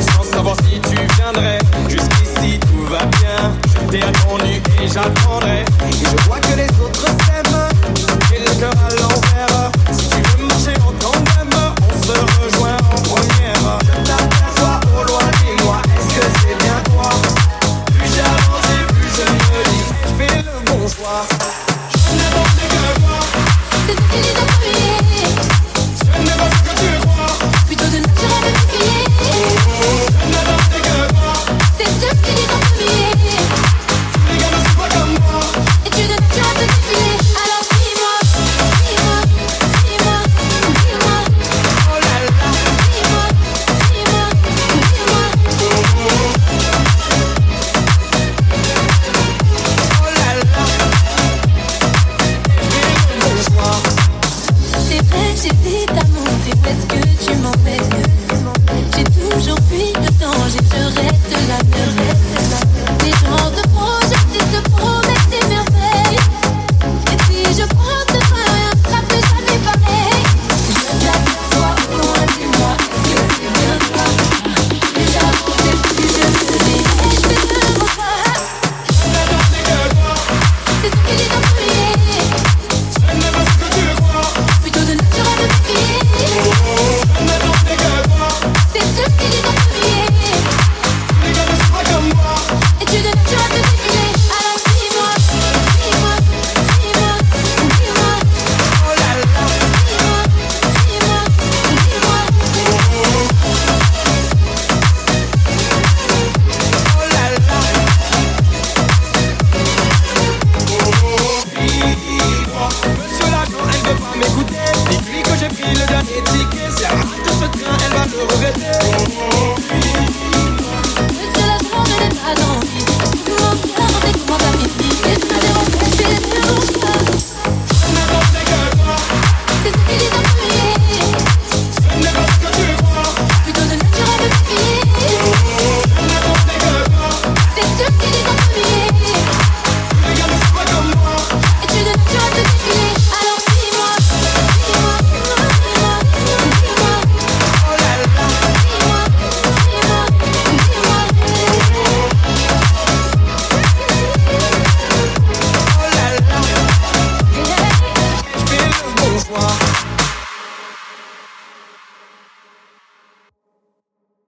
Sans savoir si tu viendrais Jusqu'ici tout va bien Je t'ai attendu et j'attendrai Et je vois que les autres s'aiment J'ai le cœur à l'envers Si tu veux marcher en tandem On se rejoint en première Je t'aperçois au loin dis-moi Est-ce que c'est bien toi Plus j'avance et plus je me dis Je fais le bon choix Je ne pense que moi C'est ce qui les a brûlés. Je ne pense que tu crois Plutôt de nature à me défier. Je ne pense que moi C'est ce qui les a brûlés. Les gars ne sont pas comme moi Et tu de nature à me défier. Alors dis-moi, dis-moi, dis-moi, dis-moi, Oh là là dis-moi, dis-moi, dis-moi. Oh là là Et le bonsoir C'est vrai que j'ai dit à mon prix, où est-ce que tu m'emmènes J'ai toujours fui le danger, je reste la mienne Les gens se projettent et se promettent des merveilles Et si je prends ce train, rien ne sera plus jamais pareil Je t'aperçois au loin, dis-moi, est-ce que c'est bien toi Déjà, on sait plus, je me dis, et je fais le bon choix Je ne pense que toi C'est ce qui les a brûlés, Je ne pense que tu crois plutôt de nature à me défier Je ne pense que toi C'est ce qui les a brûlés Les gars ne sont pas comme moi Et tu devais tu vas te défiler Alors dis-moi, dis-moi, dis-moi, dis-moi, Oh là là dis-moi, dis-moi, dis-moi Oh là là Il croit Monsieur Lacan, elle ne veut pas m'écouter Depuis que j'ai pris le dernier ticket C'est la rate de ce train, elle va le regretter